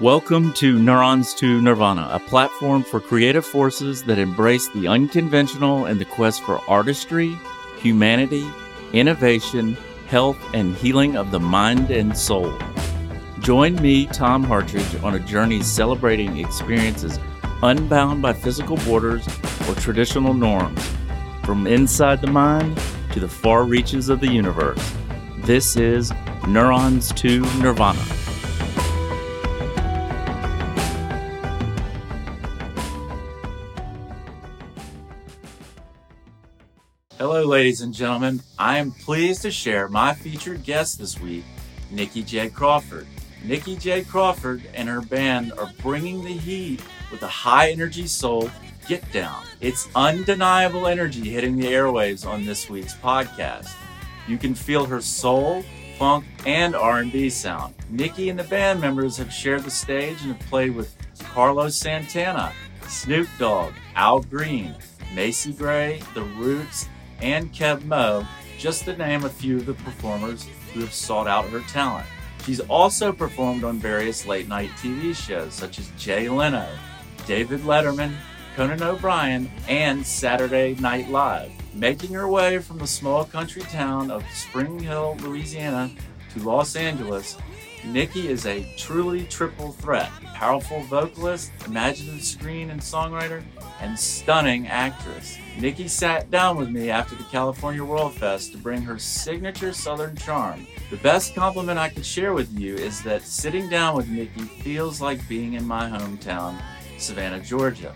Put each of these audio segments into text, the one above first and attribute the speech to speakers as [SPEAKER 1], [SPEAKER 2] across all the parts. [SPEAKER 1] Welcome to Neurons to Nirvana, a platform for creative forces that embrace the unconventional and the quest for artistry, humanity, innovation, health, and healing of the mind and soul. Join me, Tom Hartridge, on a journey celebrating experiences unbound by physical borders or traditional norms, from inside the mind to the far reaches of the universe. This is Neurons to Nirvana. Hello, ladies and gentlemen. I am pleased to share my featured guest this week, Nikki J. Crawford. Nikki J. Crawford and her band are bringing the heat with a high energy soul get down. It's undeniable energy hitting the airwaves on this week's podcast. You can feel her soul, funk, and R&B sound. Nikki and the band members have shared the stage and have played with Carlos Santana, Snoop Dogg, Al Green, Macy Gray, The Roots, and Kev Moe, just to name a few of the performers who have sought out her talent. She's also performed on various late night TV shows such as Jay Leno, David Letterman, Conan O'Brien, and Saturday Night Live, making her way from the small country town of Spring Hill, Louisiana to Los Angeles. Nikki is a truly triple threat powerful vocalist, imaginative screen and songwriter, and stunning actress. Nikki sat down with me after the California World Fest to bring her signature Southern charm. The best compliment I could share with you is that sitting down with Nikki feels like being in my hometown, Savannah, Georgia.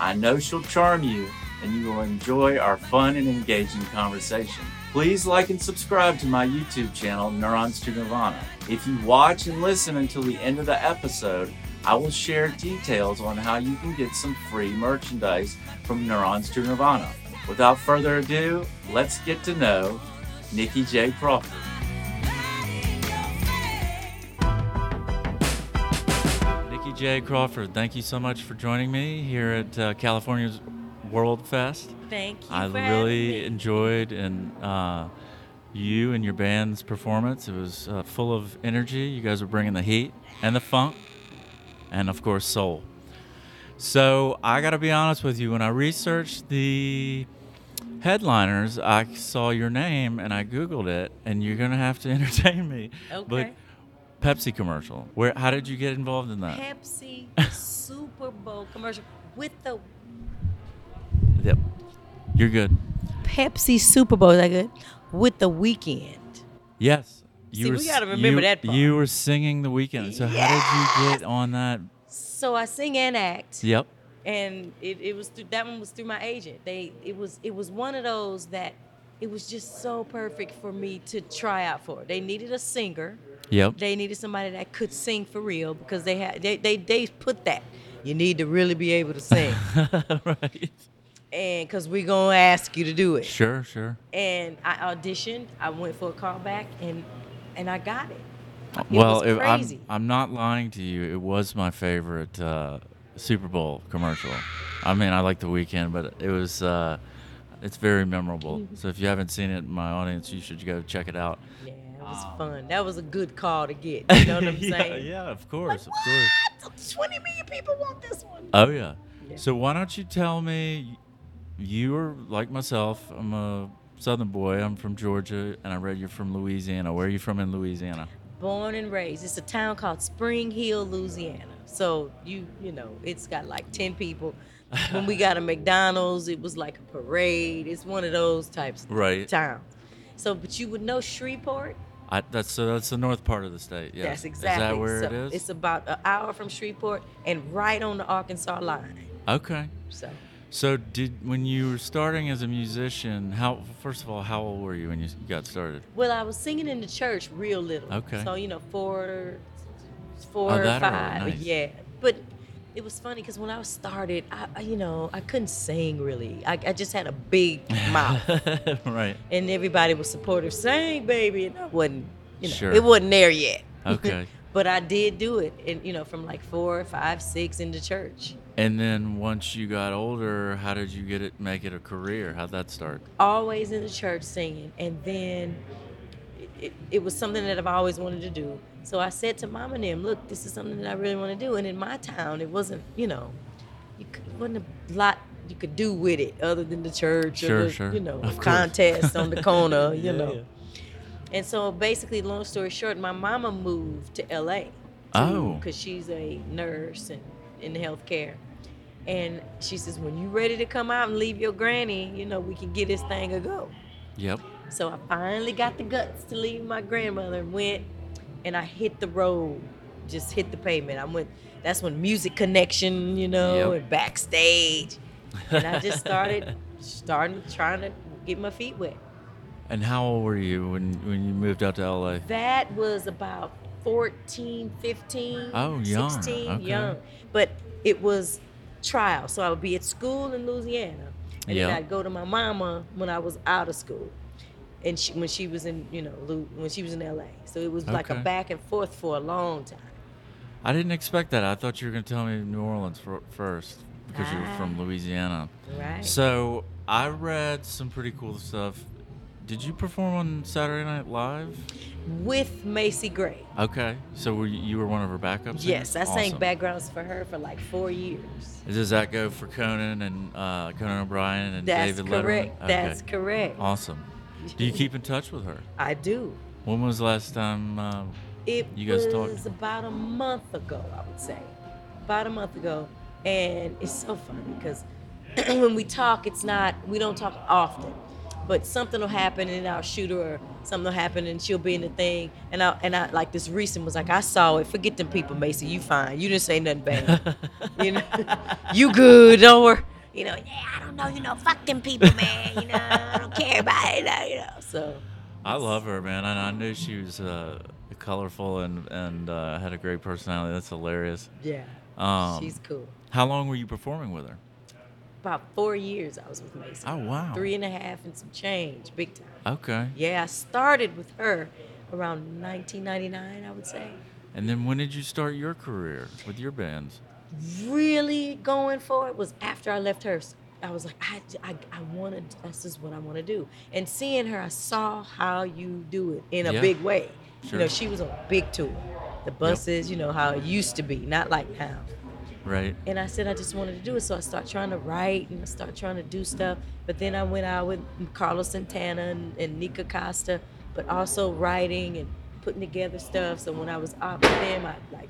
[SPEAKER 1] I know she'll charm you and you will enjoy our fun and engaging conversation. Please like and subscribe to my YouTube channel, Neurons to Nirvana. If you watch and listen until the end of the episode, I will share details on how you can get some free merchandise from Neurons to Nirvana. Without further ado, let's get to know Nikki J. Crawford. Nikki J. Crawford, thank you so much for joining me here at uh, California's World Fest.
[SPEAKER 2] Thank you.
[SPEAKER 1] I
[SPEAKER 2] for having
[SPEAKER 1] really
[SPEAKER 2] me.
[SPEAKER 1] enjoyed and uh, you and your band's performance. It was uh, full of energy. You guys were bringing the heat and the funk, and of course soul. So I got to be honest with you. When I researched the headliners, I saw your name and I googled it, and you're gonna have to entertain me.
[SPEAKER 2] Okay.
[SPEAKER 1] But Pepsi commercial. Where? How did you get involved in that?
[SPEAKER 2] Pepsi Super Bowl commercial with the
[SPEAKER 1] yep. You're good.
[SPEAKER 2] Pepsi Super Bowl. Is that good? With the weekend.
[SPEAKER 1] Yes. You
[SPEAKER 2] See,
[SPEAKER 1] were
[SPEAKER 2] we
[SPEAKER 1] s-
[SPEAKER 2] gotta remember
[SPEAKER 1] you-
[SPEAKER 2] that part.
[SPEAKER 1] You were singing the weekend. So how did you get on that?
[SPEAKER 2] So I sing and act,
[SPEAKER 1] Yep.
[SPEAKER 2] and it, it was through, that one was through my agent. They it was it was one of those that it was just so perfect for me to try out for. They needed a singer.
[SPEAKER 1] Yep.
[SPEAKER 2] They needed somebody that could sing for real because they had they they, they put that you need to really be able to sing,
[SPEAKER 1] right.
[SPEAKER 2] and because we're gonna ask you to do it.
[SPEAKER 1] Sure, sure.
[SPEAKER 2] and I auditioned. I went for a callback, and and I got it. It
[SPEAKER 1] well,
[SPEAKER 2] was
[SPEAKER 1] if
[SPEAKER 2] crazy.
[SPEAKER 1] I'm, I'm not lying to you. It was my favorite uh, Super Bowl commercial. I mean, I like the weekend, but it was uh, it's very memorable.
[SPEAKER 2] Mm-hmm.
[SPEAKER 1] So if you haven't seen it, my audience, you should go check it out.
[SPEAKER 2] yeah, it was fun. That was a good call to get. You know what I'm
[SPEAKER 1] yeah,
[SPEAKER 2] saying?
[SPEAKER 1] yeah, of
[SPEAKER 2] Like,
[SPEAKER 1] course, of course.
[SPEAKER 2] what? 20 million people want this one.
[SPEAKER 1] Oh yeah.
[SPEAKER 2] Yeah.
[SPEAKER 1] So why don't you tell me? You're like myself. I'm a Southern boy. I'm from Georgia, and I read you're from Louisiana. Where are you from in Louisiana?
[SPEAKER 2] Born and raised. It's a town called Spring Hill, Louisiana. So you you know, it's got like 10 people. when we got a McDonald's, it was like a parade. It's one of those types of
[SPEAKER 1] Right.
[SPEAKER 2] towns. So, but you would know Shreveport.
[SPEAKER 1] I, that's so. That's the north part of the state. Yeah.
[SPEAKER 2] That's exactly.
[SPEAKER 1] Is that where
[SPEAKER 2] so
[SPEAKER 1] it is?
[SPEAKER 2] It's about an hour from Shreveport and right on the Arkansas line.
[SPEAKER 1] okay.
[SPEAKER 2] So
[SPEAKER 1] So did when you were starting as a musician? How first of all, how old were you when you got started?
[SPEAKER 2] well, I was singing in the church real little.
[SPEAKER 1] Okay. Oh,
[SPEAKER 2] So you know, four, four or
[SPEAKER 1] that early,
[SPEAKER 2] five.
[SPEAKER 1] nice.
[SPEAKER 2] Yeah, but it was funny because when I started, I, I you know I couldn't sing really. I, I just had a big mouth,
[SPEAKER 1] right.
[SPEAKER 2] and everybody was supportive. Sing, baby, and I wasn't. You know,
[SPEAKER 1] Sure.
[SPEAKER 2] it wasn't there yet.
[SPEAKER 1] Okay.
[SPEAKER 2] But I did do it, and you know, from like four, five, six in the church.
[SPEAKER 1] and then once you got older, how did you get it? Make it a career? How'd that start?
[SPEAKER 2] always in the church singing and then it, it was something that I've always wanted to do. So I said to mom and them, look, this is something that I really want to do. And in my town, it wasn't, you know, you could, it wasn't a lot you could do with it other than the church
[SPEAKER 1] Sure,
[SPEAKER 2] or the,
[SPEAKER 1] sure.
[SPEAKER 2] you know,
[SPEAKER 1] Of course.
[SPEAKER 2] contest on the corner, you
[SPEAKER 1] Yeah,
[SPEAKER 2] know.
[SPEAKER 1] yeah.
[SPEAKER 2] And so basically, long story short, my mama moved to LA.
[SPEAKER 1] Oh.
[SPEAKER 2] Because she's a nurse and in healthcare. And she says, when you ready to come out and leave your granny, you know, we can get this thing a go.
[SPEAKER 1] Yep.
[SPEAKER 2] So I finally got the guts to leave my grandmother and went and I hit the road, just hit the pavement. I went, that's when music connection, you know,
[SPEAKER 1] Yep.
[SPEAKER 2] and backstage. And I just started, starting, trying to get my feet wet.
[SPEAKER 1] And how old were you when when you moved out to LA?
[SPEAKER 2] That was about 14, 15,
[SPEAKER 1] Oh, young.
[SPEAKER 2] 16,
[SPEAKER 1] Okay.
[SPEAKER 2] young. But it was trial. So I would be at school in Louisiana. And
[SPEAKER 1] Yeah.
[SPEAKER 2] then I'd go to my mama when I was out of school. And she, when she was in, you know, Lou- when she was in LA. So it was like a
[SPEAKER 1] Okay.
[SPEAKER 2] back and forth for a long time.
[SPEAKER 1] I didn't expect that. I thought you were going to tell me New Orleans fir- first because you were from
[SPEAKER 2] Ah.
[SPEAKER 1] Louisiana.
[SPEAKER 2] Right.
[SPEAKER 1] So I read some pretty cool stuff. Did you perform on Saturday Night Live?
[SPEAKER 2] With Macy Gray.
[SPEAKER 1] Okay. So were you, you were one of her backup singers?
[SPEAKER 2] Yes, I sang
[SPEAKER 1] Awesome.
[SPEAKER 2] backgrounds for her for like four years.
[SPEAKER 1] Does that go for Conan and uh, Conan O'Brien and
[SPEAKER 2] That's
[SPEAKER 1] David
[SPEAKER 2] correct.
[SPEAKER 1] Letterman? Okay.
[SPEAKER 2] That's correct.
[SPEAKER 1] Awesome. Do you keep in touch with her?
[SPEAKER 2] I do.
[SPEAKER 1] When was the last time? Uh,
[SPEAKER 2] It
[SPEAKER 1] You guys talked?
[SPEAKER 2] was about a month ago, I would say. About a month ago. And it's so funny because when we talk, it's not, we don't talk often. But something will happen and I'll shoot her or something will happen and she'll be in the thing. And I, and I like this recent was like, I saw it. Forget them people, Macy. You fine. You didn't say nothing bad. you know, you good. Don't worry. You know, yeah, I don't know. You know, fuck them people, man. You know, I don't care about it. You know, so.
[SPEAKER 1] I love her, man. And I knew she was uh, colorful and and uh, had a great personality. That's hilarious.
[SPEAKER 2] Yeah.
[SPEAKER 1] Um,
[SPEAKER 2] she's cool.
[SPEAKER 1] How long were you performing with her?
[SPEAKER 2] About four years I was with Mason.
[SPEAKER 1] Oh, wow.
[SPEAKER 2] Three and a half and some change, big time.
[SPEAKER 1] Okay.
[SPEAKER 2] Yeah, I started with her around 1999, I would say.
[SPEAKER 1] And then when did you start your career with your bands?
[SPEAKER 2] Really going for it was after I left her. I was like, I, I, I want to, this is what I want to do. And seeing her, I saw how you do it in a
[SPEAKER 1] Yeah.
[SPEAKER 2] big way.
[SPEAKER 1] Sure.
[SPEAKER 2] You know, she was on a big tour. The buses, you know, how it used to be, not like now.
[SPEAKER 1] Right.
[SPEAKER 2] And I said I just wanted to do it, so I started trying to write and I started trying to do stuff. But then I went out with Carlos Santana and, and Nika Costa, but also writing and putting together stuff. So when I was out with them, I'd like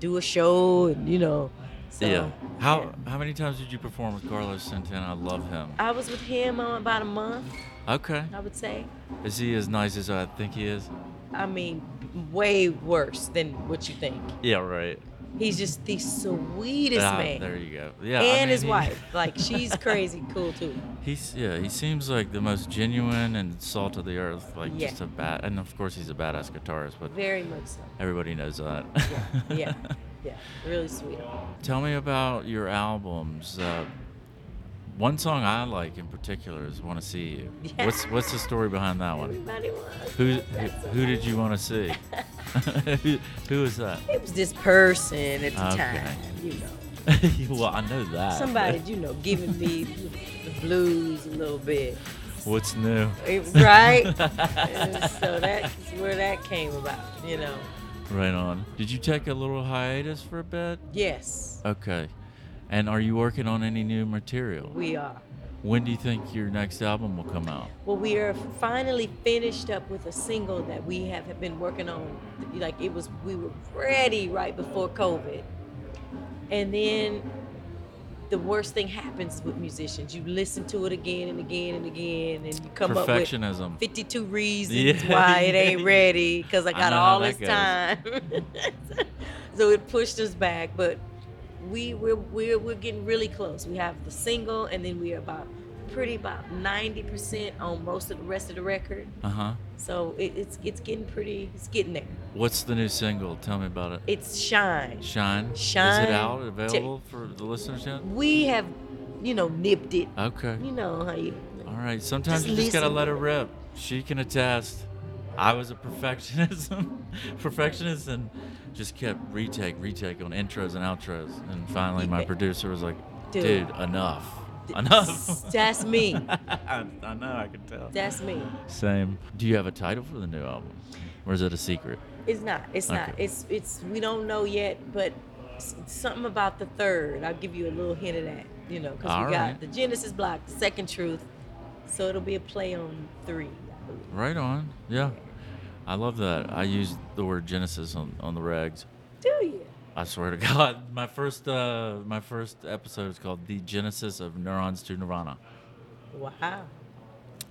[SPEAKER 2] do a show and you know. So,
[SPEAKER 1] yeah. How
[SPEAKER 2] yeah.
[SPEAKER 1] how many times did you perform with Carlos Santana? I love him.
[SPEAKER 2] I was with him uh, about a month,
[SPEAKER 1] Okay.
[SPEAKER 2] I would say.
[SPEAKER 1] Is he as nice as I think he is?
[SPEAKER 2] I mean, way worse than what you think.
[SPEAKER 1] Yeah. Right.
[SPEAKER 2] He's just the sweetest
[SPEAKER 1] Ah,
[SPEAKER 2] man.
[SPEAKER 1] There you go. Yeah. I
[SPEAKER 2] and
[SPEAKER 1] mean,
[SPEAKER 2] his
[SPEAKER 1] he-
[SPEAKER 2] wife, like she's crazy cool too.
[SPEAKER 1] He's yeah. He seems like the most genuine and salt of the earth. Like
[SPEAKER 2] Yeah.
[SPEAKER 1] just a bat. And of course he's a badass guitarist, but
[SPEAKER 2] Very much so.
[SPEAKER 1] everybody knows that.
[SPEAKER 2] yeah, yeah, really sweet.
[SPEAKER 1] Tell me about your albums. Uh, one song I like in particular is "Want to See You."
[SPEAKER 2] Yeah.
[SPEAKER 1] What's what's the story behind that one?
[SPEAKER 2] Everybody was.
[SPEAKER 1] Who who, who did you want to see? who, who is that?
[SPEAKER 2] It was this person at the
[SPEAKER 1] Okay. Uh,
[SPEAKER 2] time, you know,
[SPEAKER 1] well, I know that.
[SPEAKER 2] somebody you know giving me the blues a little bit,
[SPEAKER 1] What's new?
[SPEAKER 2] It- right? And so that's where that came about, you know.
[SPEAKER 1] Right on. Did you take a little hiatus for a bit?
[SPEAKER 2] Yes,
[SPEAKER 1] Okay. And are you working on any new material?
[SPEAKER 2] we are.
[SPEAKER 1] When do you think your next album will come out?
[SPEAKER 2] Well, we are finally finished up with a single that we have been working on. Like it was, we were ready right before COVID, and then the worst thing happens with musicians. You listen to it again and again and again, and you come up with
[SPEAKER 1] Perfectionism.
[SPEAKER 2] 52 reasons
[SPEAKER 1] Yeah.
[SPEAKER 2] why it ain't ready because I
[SPEAKER 1] I
[SPEAKER 2] got
[SPEAKER 1] know how
[SPEAKER 2] all
[SPEAKER 1] that
[SPEAKER 2] this time. so it pushed us back, but we we're, we're we're getting really close. We have the single, and then we're about pretty about 90% on most of the rest of the record.
[SPEAKER 1] Uh huh.
[SPEAKER 2] So it, it's it's getting pretty. It's getting there.
[SPEAKER 1] What's the new single? Tell me about it.
[SPEAKER 2] It's shine.
[SPEAKER 1] Shine. Is
[SPEAKER 2] Shine.
[SPEAKER 1] it out available for the listeners yet?
[SPEAKER 2] We have you know nipped it.
[SPEAKER 1] Okay.
[SPEAKER 2] You know how you.
[SPEAKER 1] All right. Sometimes
[SPEAKER 2] Just
[SPEAKER 1] you just gotta
[SPEAKER 2] listen.
[SPEAKER 1] let her rip. She can attest. I was a perfectionism, perfectionist, and just kept retake, retake on intros and outros. And finally, my
[SPEAKER 2] Yeah.
[SPEAKER 1] producer was like, "Dude,
[SPEAKER 2] Dude.
[SPEAKER 1] enough." Enough.
[SPEAKER 2] That's me.
[SPEAKER 1] I, I know, I can tell.
[SPEAKER 2] That's me.
[SPEAKER 1] Same. Do you have a title for the new album? Or is it a secret?
[SPEAKER 2] It's not. It's not.
[SPEAKER 1] Okay.
[SPEAKER 2] It's it's we don't know yet, but s- something about the third. I'll give you a little hint of that. You know, because we
[SPEAKER 1] All
[SPEAKER 2] got
[SPEAKER 1] right.
[SPEAKER 2] the Genesis block, Second Truth, so it'll be a play on three. I believe.
[SPEAKER 1] Right on. Yeah. I love that. I use the word Genesis on, on the regs.
[SPEAKER 2] Do you?
[SPEAKER 1] I swear to God, my first uh, my first episode is called "The Genesis of Neurons to Nirvana."
[SPEAKER 2] Wow.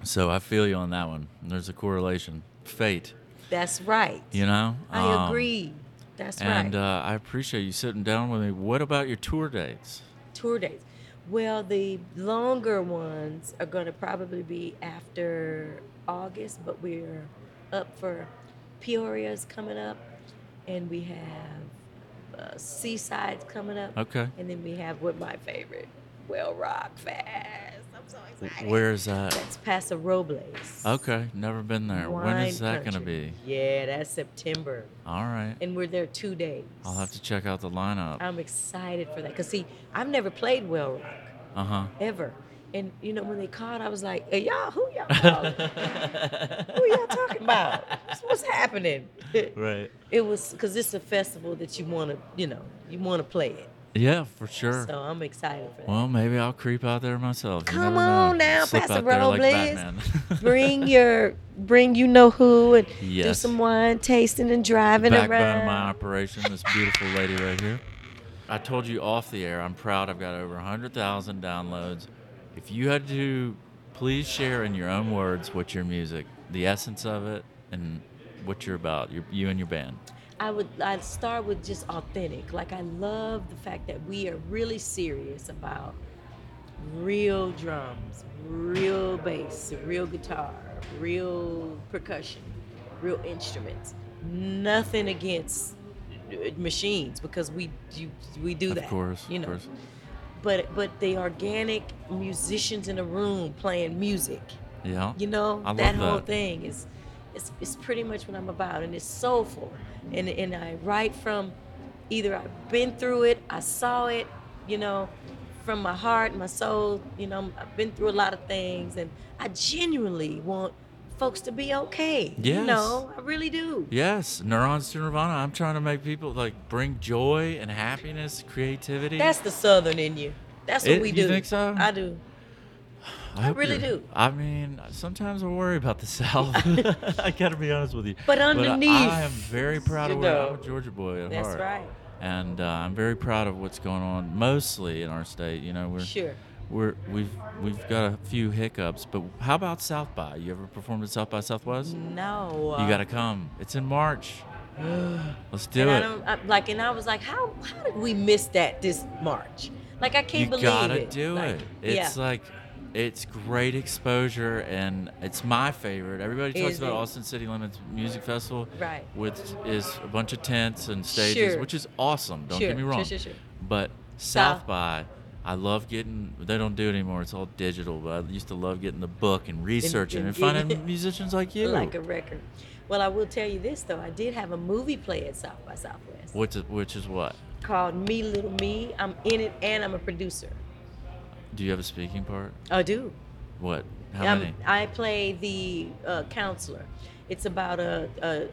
[SPEAKER 1] So I feel you on that one. There's a correlation, fate.
[SPEAKER 2] That's right.
[SPEAKER 1] You know.
[SPEAKER 2] I
[SPEAKER 1] Um,
[SPEAKER 2] agree. That's right.
[SPEAKER 1] And uh, I appreciate you sitting down with me. What about your tour dates?
[SPEAKER 2] tour dates. Well, the longer ones are going to probably be after August, but we're up for Peoria's coming up, and we have uh, Seaside's coming up,
[SPEAKER 1] Okay.
[SPEAKER 2] and then we have what my favorite, Well Rock Fest. I'm so excited.
[SPEAKER 1] Where is that?
[SPEAKER 2] That's Paso Robles.
[SPEAKER 1] Okay, never been there. when is
[SPEAKER 2] Wine
[SPEAKER 1] that going to
[SPEAKER 2] country.
[SPEAKER 1] be?
[SPEAKER 2] Yeah, that's September,
[SPEAKER 1] All right.
[SPEAKER 2] and we're there two days.
[SPEAKER 1] I'll have to check out the lineup.
[SPEAKER 2] I'm excited for that because see, I've never played Well Rock.
[SPEAKER 1] Uh huh.
[SPEAKER 2] ever. And you know, when they called, I was like, hey, y'all, who y'all calling? who y'all
[SPEAKER 1] right.
[SPEAKER 2] talking about? What's- What's happening? it was because it's a festival that you want to, you know, you want to play it.
[SPEAKER 1] Yeah, for sure.
[SPEAKER 2] So I'm excited for that.
[SPEAKER 1] Well, maybe I'll creep out there myself. You
[SPEAKER 2] Come
[SPEAKER 1] never know.
[SPEAKER 2] on now,
[SPEAKER 1] Slip
[SPEAKER 2] Pastor
[SPEAKER 1] out there like
[SPEAKER 2] Robles.
[SPEAKER 1] Batman.
[SPEAKER 2] bring your, bring you know who and do
[SPEAKER 1] Yes.
[SPEAKER 2] some wine tasting and driving
[SPEAKER 1] Backbone
[SPEAKER 2] around.
[SPEAKER 1] of my operation, this beautiful lady right here. I told you off the air, I'm proud I've got over 100,000 downloads. If you had to, please share in your own words what your music, the essence of it, and what you're about, your, you and your band.
[SPEAKER 2] I would I'd start with just authentic. Like I love the fact that we are really serious about real drums, real bass, real guitar, real percussion, real instruments. Nothing against uh, machines because we you, we do
[SPEAKER 1] of
[SPEAKER 2] that.
[SPEAKER 1] course.
[SPEAKER 2] you
[SPEAKER 1] of
[SPEAKER 2] know.
[SPEAKER 1] course.
[SPEAKER 2] But but the organic musicians in a room playing music.
[SPEAKER 1] Yeah.
[SPEAKER 2] You know,
[SPEAKER 1] I love
[SPEAKER 2] that whole
[SPEAKER 1] that.
[SPEAKER 2] thing is it's, it's pretty much what I'm about and it's soulful. And and I write from either I've been through it, I saw it, you know, from my heart, my soul, you know, I've been through a lot of things and I genuinely want folks to be okay. You
[SPEAKER 1] Yes.
[SPEAKER 2] know, I really do.
[SPEAKER 1] Yes, neurons to nirvana. I'm trying to make people like bring joy and happiness, creativity.
[SPEAKER 2] That's the southern in you. That's what
[SPEAKER 1] It-
[SPEAKER 2] we
[SPEAKER 1] you
[SPEAKER 2] do.
[SPEAKER 1] think so?
[SPEAKER 2] I do.
[SPEAKER 1] I hope
[SPEAKER 2] really
[SPEAKER 1] you're-
[SPEAKER 2] do.
[SPEAKER 1] I mean, sometimes I worry about the South. I gotta be honest with you.
[SPEAKER 2] But
[SPEAKER 1] I-
[SPEAKER 2] underneath,
[SPEAKER 1] I, am very proud of
[SPEAKER 2] you
[SPEAKER 1] where
[SPEAKER 2] know.
[SPEAKER 1] I'm a Georgia boy at
[SPEAKER 2] That's
[SPEAKER 1] heart.
[SPEAKER 2] right.
[SPEAKER 1] And uh, I'm very proud of what's going on, mostly in our state. You know, we're
[SPEAKER 2] Sure.
[SPEAKER 1] we're we've we've got a few hiccups. But how about South by? You ever performed at South by Southwest?
[SPEAKER 2] No.
[SPEAKER 1] You gotta come. It's in March. Let's do
[SPEAKER 2] uh, and
[SPEAKER 1] it.
[SPEAKER 2] I don't I, like, and I was like, how how did we miss that this March? Like, I can't
[SPEAKER 1] you
[SPEAKER 2] believe
[SPEAKER 1] gotta
[SPEAKER 2] it.
[SPEAKER 1] do
[SPEAKER 2] Like,
[SPEAKER 1] it. It's
[SPEAKER 2] yeah.
[SPEAKER 1] like it's great exposure, and it's my favorite. Everybody talks
[SPEAKER 2] Is
[SPEAKER 1] about
[SPEAKER 2] it?
[SPEAKER 1] Austin City Limits Music Festival,
[SPEAKER 2] Right.
[SPEAKER 1] Which is a bunch of tents and stages,
[SPEAKER 2] Sure.
[SPEAKER 1] which is awesome. Don't
[SPEAKER 2] Sure,
[SPEAKER 1] get me
[SPEAKER 2] sure,
[SPEAKER 1] wrong.
[SPEAKER 2] sure, sure.
[SPEAKER 1] But South, by, I love getting. They don't do it anymore. It's all digital. But I used to love getting the book and researching and,
[SPEAKER 2] and-
[SPEAKER 1] finding musicians like you.
[SPEAKER 2] like a record. Well, I will tell you this though, I did have a movie play at South by Southwest
[SPEAKER 1] which is which is what?
[SPEAKER 2] called Me Little Me. I'm in it, and I'm a producer.
[SPEAKER 1] Do you have a speaking part?
[SPEAKER 2] I do.
[SPEAKER 1] What? How
[SPEAKER 2] I'm-
[SPEAKER 1] many?
[SPEAKER 2] Um, I play the uh, counselor. It's about a, a,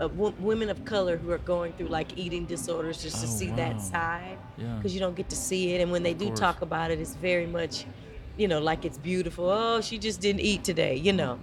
[SPEAKER 2] a, a w- women of color who are going through like eating disorders just to
[SPEAKER 1] Oh,
[SPEAKER 2] see
[SPEAKER 1] wow.
[SPEAKER 2] that side
[SPEAKER 1] Yeah.
[SPEAKER 2] because you don't get to see it. And when they do
[SPEAKER 1] course.
[SPEAKER 2] talk about it, it's very much, you know, like it's beautiful. Oh, she just didn't eat today. You know,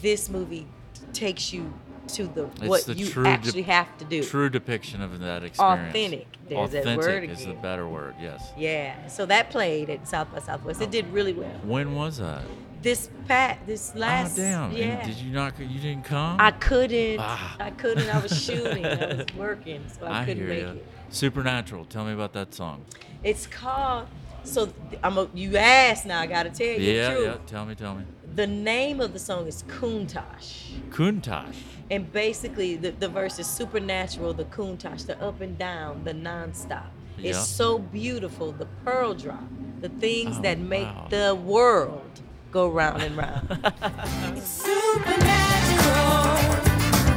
[SPEAKER 2] this movie takes you to the
[SPEAKER 1] It's
[SPEAKER 2] what
[SPEAKER 1] the
[SPEAKER 2] you
[SPEAKER 1] true de-
[SPEAKER 2] actually have to do.
[SPEAKER 1] True depiction of that experience.
[SPEAKER 2] Authentic. There's that
[SPEAKER 1] Authentic
[SPEAKER 2] word
[SPEAKER 1] is the
[SPEAKER 2] again.
[SPEAKER 1] better word. Yes.
[SPEAKER 2] Yeah. So that played at South by Southwest.
[SPEAKER 1] Oh.
[SPEAKER 2] It did really well.
[SPEAKER 1] When was that?
[SPEAKER 2] This pat, this last.
[SPEAKER 1] oh damn! And
[SPEAKER 2] Yeah.
[SPEAKER 1] did you not? You didn't come?
[SPEAKER 2] I couldn't.
[SPEAKER 1] Ah.
[SPEAKER 2] I couldn't. I was shooting. I was working, so I,
[SPEAKER 1] I
[SPEAKER 2] couldn't
[SPEAKER 1] hear
[SPEAKER 2] make
[SPEAKER 1] ya.
[SPEAKER 2] it.
[SPEAKER 1] Supernatural. Tell me about that song.
[SPEAKER 2] It's called. So th- I'm a, you asked now. I gotta tell you
[SPEAKER 1] yeah,
[SPEAKER 2] the truth.
[SPEAKER 1] yeah. Tell me, tell me.
[SPEAKER 2] The name of the song is Kuntash,
[SPEAKER 1] Kuntash.
[SPEAKER 2] and basically the, the verse is supernatural. The Kuntash, the up and down, the nonstop.
[SPEAKER 1] Yeah.
[SPEAKER 2] It's so beautiful. The pearl drop, the things
[SPEAKER 1] Oh,
[SPEAKER 2] that make
[SPEAKER 1] wow.
[SPEAKER 2] the world go round and round.
[SPEAKER 3] Supernatural,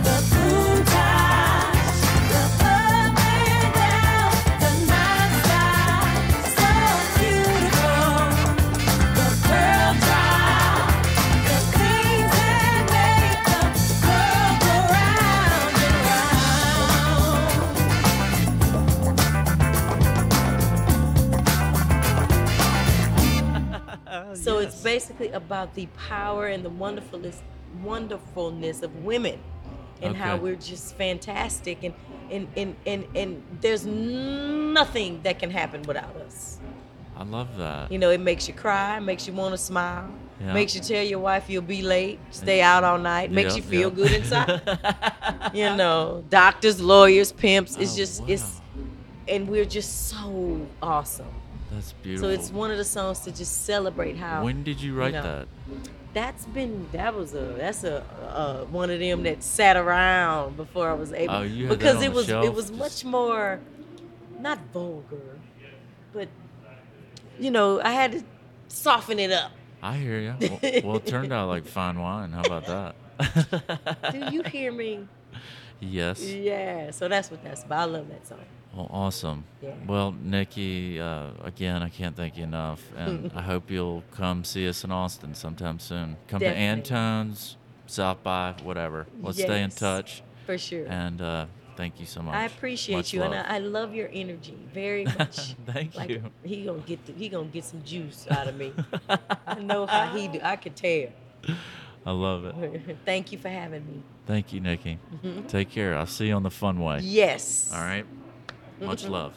[SPEAKER 3] the boomtops, the up and down, the nonstop, so beautiful,
[SPEAKER 2] basically about the power and the wonderfulness, wonderfulness of women and how
[SPEAKER 4] Okay.
[SPEAKER 2] we're just fantastic and, and, and, and, and there's nothing that can happen without us.
[SPEAKER 4] I love that.
[SPEAKER 2] You know, it makes you cry, makes you want to smile,
[SPEAKER 4] Yeah.
[SPEAKER 2] makes you tell your wife you'll be late, stay out all night, makes
[SPEAKER 4] Yep,
[SPEAKER 2] you feel
[SPEAKER 4] yep.
[SPEAKER 2] good inside. you know, doctors, lawyers, pimps. It's
[SPEAKER 4] Oh,
[SPEAKER 2] just, it's, and we're just so awesome.
[SPEAKER 4] That's beautiful.
[SPEAKER 2] So it's one of the songs to just celebrate how
[SPEAKER 4] When did you write
[SPEAKER 2] know.
[SPEAKER 4] that?
[SPEAKER 2] that's been that was a
[SPEAKER 4] Mm.
[SPEAKER 2] that's a uh, one of them that sat around before I was able
[SPEAKER 4] Oh, you had that
[SPEAKER 2] because
[SPEAKER 4] on
[SPEAKER 2] it
[SPEAKER 4] the
[SPEAKER 2] was it
[SPEAKER 4] shelf,
[SPEAKER 2] was
[SPEAKER 4] just-
[SPEAKER 2] much more not vulgar, but you know I had to soften it up.
[SPEAKER 4] I hear you. Well, well, it turned out like fine wine. How about that?
[SPEAKER 2] Do you hear me?
[SPEAKER 4] Yes.
[SPEAKER 2] Yeah. So that's what that's about. I love that song.
[SPEAKER 4] Well, awesome.
[SPEAKER 2] Yeah.
[SPEAKER 4] Well, Nikki, uh, again, I can't thank you enough, and I hope you'll come see us in Austin sometime soon. Come
[SPEAKER 2] Definitely.
[SPEAKER 4] to Antone's, stop by, whatever. Let's stay in
[SPEAKER 2] Yes.
[SPEAKER 4] touch,
[SPEAKER 2] For sure.
[SPEAKER 4] and uh, thank you so much.
[SPEAKER 2] I appreciate
[SPEAKER 4] Much
[SPEAKER 2] you,
[SPEAKER 4] love.
[SPEAKER 2] and I, I love your energy very much.
[SPEAKER 4] Thank you.
[SPEAKER 2] He gonna get the, he gonna get some juice out of me. I know how he do. I could tell.
[SPEAKER 4] I love it.
[SPEAKER 2] Thank you for having me.
[SPEAKER 4] Thank you, Nikki.
[SPEAKER 2] Mm-hmm.
[SPEAKER 4] Take care. I'll see you on the fun way.
[SPEAKER 2] Yes.
[SPEAKER 4] All right. Much love.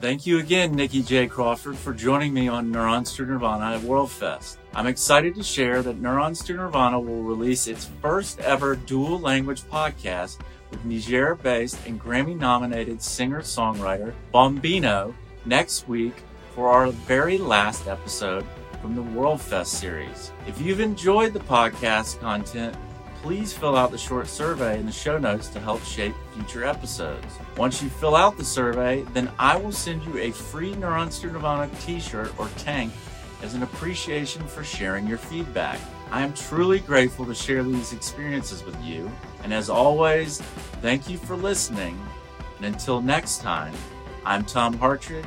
[SPEAKER 1] Thank you again, Nikki J. Crawford, for joining me on Neurons to Nirvana at World Fest. I'm excited to share that Neurons to Nirvana will release its first ever dual language podcast with Niger based and Grammy nominated singer songwriter Bombino next week for our very last episode from the World Fest series. If you've enjoyed the podcast content, please fill out the short survey in the show notes to help shape future episodes. Once you fill out the survey, then I will send you a free Neurons to Nirvana t shirt or tank as an appreciation for sharing your feedback. I am truly grateful to share these experiences with you. And as always, thank you for listening. And until next time, I'm Tom Hartridge,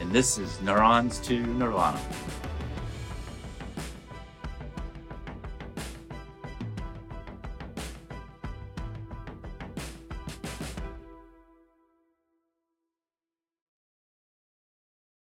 [SPEAKER 1] and this is Neurons to Nirvana.